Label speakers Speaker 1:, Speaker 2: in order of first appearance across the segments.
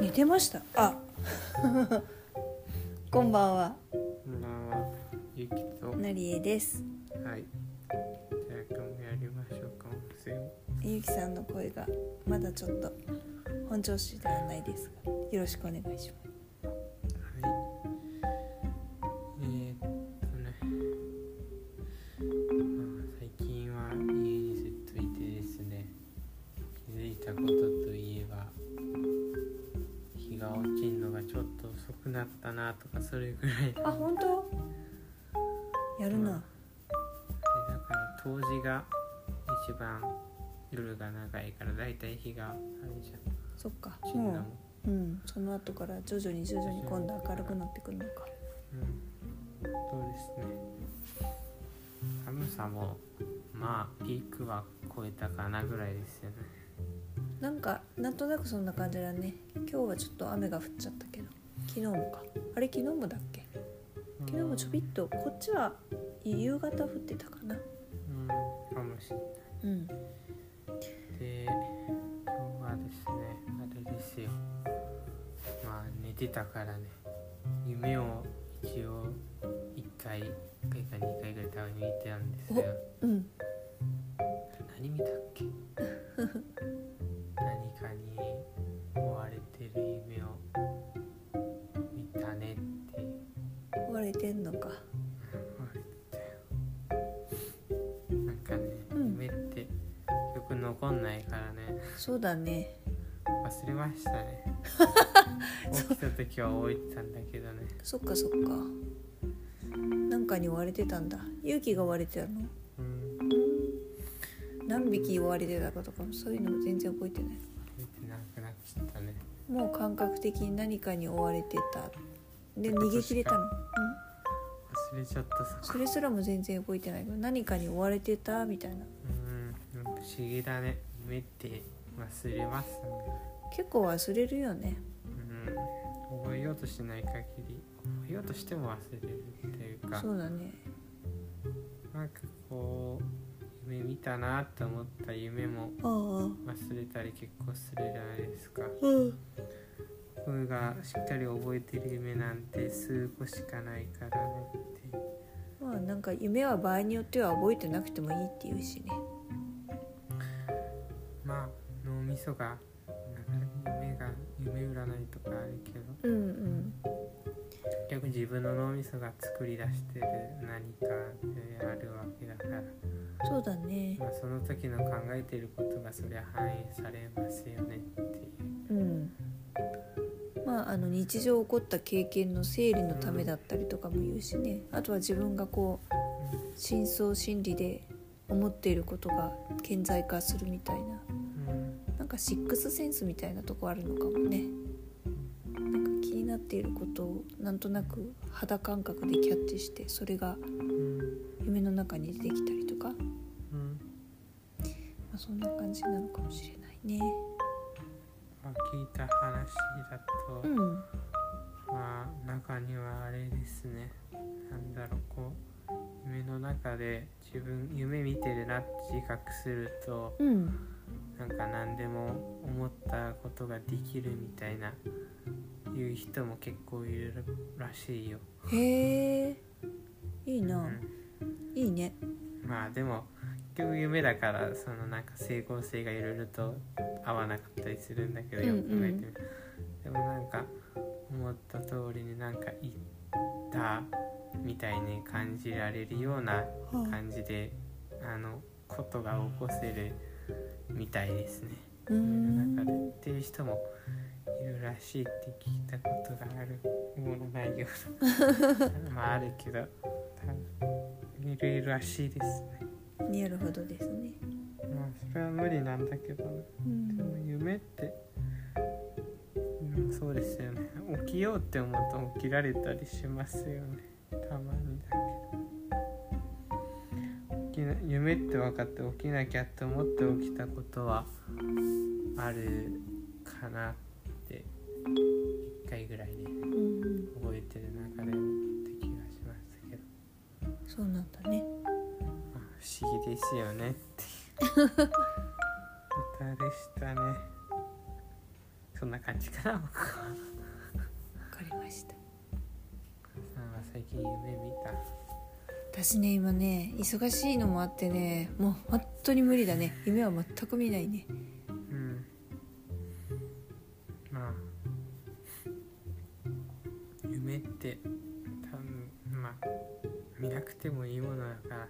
Speaker 1: 似てましたあ こんばんは
Speaker 2: こんばんは、ゆきと。はい。
Speaker 1: なりえです
Speaker 2: じゃあ今日もやりましょうか、音声を。
Speaker 1: ゆきさんの声がまだちょっと本調子ではないですがよろしくお願いします
Speaker 2: はい。えー、っとね。まあ、最近は家にずっといてですね。気づいたことといえば。日が落ちるのがちょっと遅くなったなとか、それぐらい。
Speaker 1: あ本当やるな、
Speaker 2: でだから冬至が一番夜が長いからだいたい日があれじゃ
Speaker 1: そっか
Speaker 2: ん死
Speaker 1: も
Speaker 2: んだもん、
Speaker 1: ううんその後から徐々に徐々に今度明るくなってくるのか
Speaker 2: うん、そうですね寒さもまあピークは超えたかなぐらいですよね
Speaker 1: なんかなんとなくそんな感じだね今日はちょっと雨が降っちゃったけど昨日もかあれ昨日もだっけ昨日もちょびっとこっちは夕方降ってたかな
Speaker 2: うんかもしれな
Speaker 1: うん
Speaker 2: いで今日はですねあれですよまあ寝てたからね夢を一応1回1回か2回ぐらい多分見てたんですよ
Speaker 1: うん
Speaker 2: 何見たっけ何かに追われてる夢を見たねっていう
Speaker 1: 追われてんのか
Speaker 2: 追われてたよなんかね、
Speaker 1: うん
Speaker 2: 夢ってよく残んないからね
Speaker 1: そうだね
Speaker 2: 忘れましたね 起きた時は覚えてたんだけどね
Speaker 1: そっかそっかなんかに追われてたんだ勇気が追われてたの
Speaker 2: うん
Speaker 1: 何匹追われてたかとかもそういうのも全然覚えてない
Speaker 2: 覚えてなくなっちゃったね
Speaker 1: もう感覚的に何かに追われてたで逃げ切れたの、うん、
Speaker 2: 忘れちゃったさ
Speaker 1: それすらも全然覚えてないけど何かに追われてたみたいな
Speaker 2: うんなんか不思議だね夢って忘れますね
Speaker 1: 結構忘れるよね
Speaker 2: うん、覚えようとしない限り覚えようとしても忘れるっていうか
Speaker 1: そうだね
Speaker 2: なんかこう夢見たなと思った夢も
Speaker 1: ああ
Speaker 2: 忘れたり結構するじゃないですか
Speaker 1: うん
Speaker 2: 僕がしっかり覚えてる夢なんて数個しかないからねって
Speaker 1: まあなんか夢は場合によっては覚えてなくてもいいっていうしね
Speaker 2: まあ脳みそがなんか夢が夢占いとかあるけど
Speaker 1: うんうん
Speaker 2: 結局自分の脳みそが作り出してる何かであるわけだから
Speaker 1: そうだね
Speaker 2: まあ、その時の考えていることがそりゃ反映されますよねってい
Speaker 1: う
Speaker 2: う
Speaker 1: んまああの日常起こった経験の整理のためだったりとかも言うしねあとは自分がこう深層心理で思っていることが顕在化するみたいな
Speaker 2: うん
Speaker 1: なんかシックスセンスみたいなとこあるのかもねなんか気になっていることをなんとなく肌感覚でキャッチしてそれが
Speaker 2: うん
Speaker 1: 夢の中に出てきたりとか、ま
Speaker 2: うん
Speaker 1: あ、そんな感じなのかもしれないね
Speaker 2: まあ、聞いた話だ
Speaker 1: う
Speaker 2: と、
Speaker 1: ん
Speaker 2: まあ中にはあれですねなんだろうこう夢の中で自分夢見てるなって自覚すると
Speaker 1: うん
Speaker 2: なんか何でも思ったことができるみたいないう人も結構いるらしいよ。
Speaker 1: へえいいうな、
Speaker 2: ん
Speaker 1: いいね
Speaker 2: まあでも結局夢だからそのなんか成功性がいろいろと合わなかったりするんだけど
Speaker 1: うん
Speaker 2: よ
Speaker 1: うん
Speaker 2: く考えてみる、でもなんか思った通りになんか行ったみたいに感じられるような
Speaker 1: はあ
Speaker 2: 感じであのことが起こせるみたいですね
Speaker 1: うーん
Speaker 2: 夢の中で言ってる人もいるらしいって聞いたことがあるものないようなまああるけど多分いるいるらしいですね
Speaker 1: なるほどですね、
Speaker 2: まあそれは無理なんだけどね
Speaker 1: う
Speaker 2: でも
Speaker 1: ん、
Speaker 2: 夢って、うん、そうですよね起きようって思うと起きられたりしますよねたまにだけど起きな夢って分かって起きなきゃって思って起きたことはあるかなって1回ぐらいね
Speaker 1: うんうん、
Speaker 2: 覚えてる中で起きた気がしますけど、
Speaker 1: そうなんだね
Speaker 2: まあ、不思議ですよねっていう歌でしたねそんな感じかな僕は
Speaker 1: わかりました
Speaker 2: さんは最近夢見た
Speaker 1: 私ね今ね忙しいのもあってねもう本当に無理だね夢は全く見ないね
Speaker 2: うんまあ夢って多分まあ見なくてもいいものだか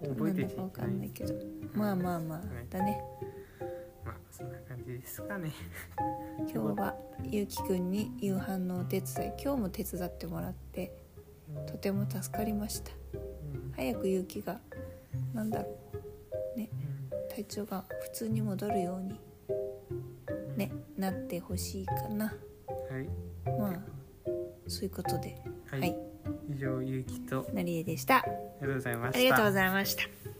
Speaker 2: ら覚
Speaker 1: な
Speaker 2: えて
Speaker 1: ん
Speaker 2: て
Speaker 1: だ
Speaker 2: い
Speaker 1: かわ
Speaker 2: け
Speaker 1: か
Speaker 2: ない
Speaker 1: んないけどまあまあまあ
Speaker 2: ね
Speaker 1: だね
Speaker 2: まあそんな感じですかね
Speaker 1: 今日はゆうきくんに夕飯のお手伝い今日も手伝ってもらってとても助かりました
Speaker 2: うん
Speaker 1: 早くゆうきがなんだろう体調が普通に戻るように
Speaker 2: うん
Speaker 1: ねなってほしいかな
Speaker 2: はい
Speaker 1: まあそういうことで
Speaker 2: は
Speaker 1: はい
Speaker 2: 以上ゆうきと
Speaker 1: なりえでした
Speaker 2: ありがとうございました
Speaker 1: ありがとうございました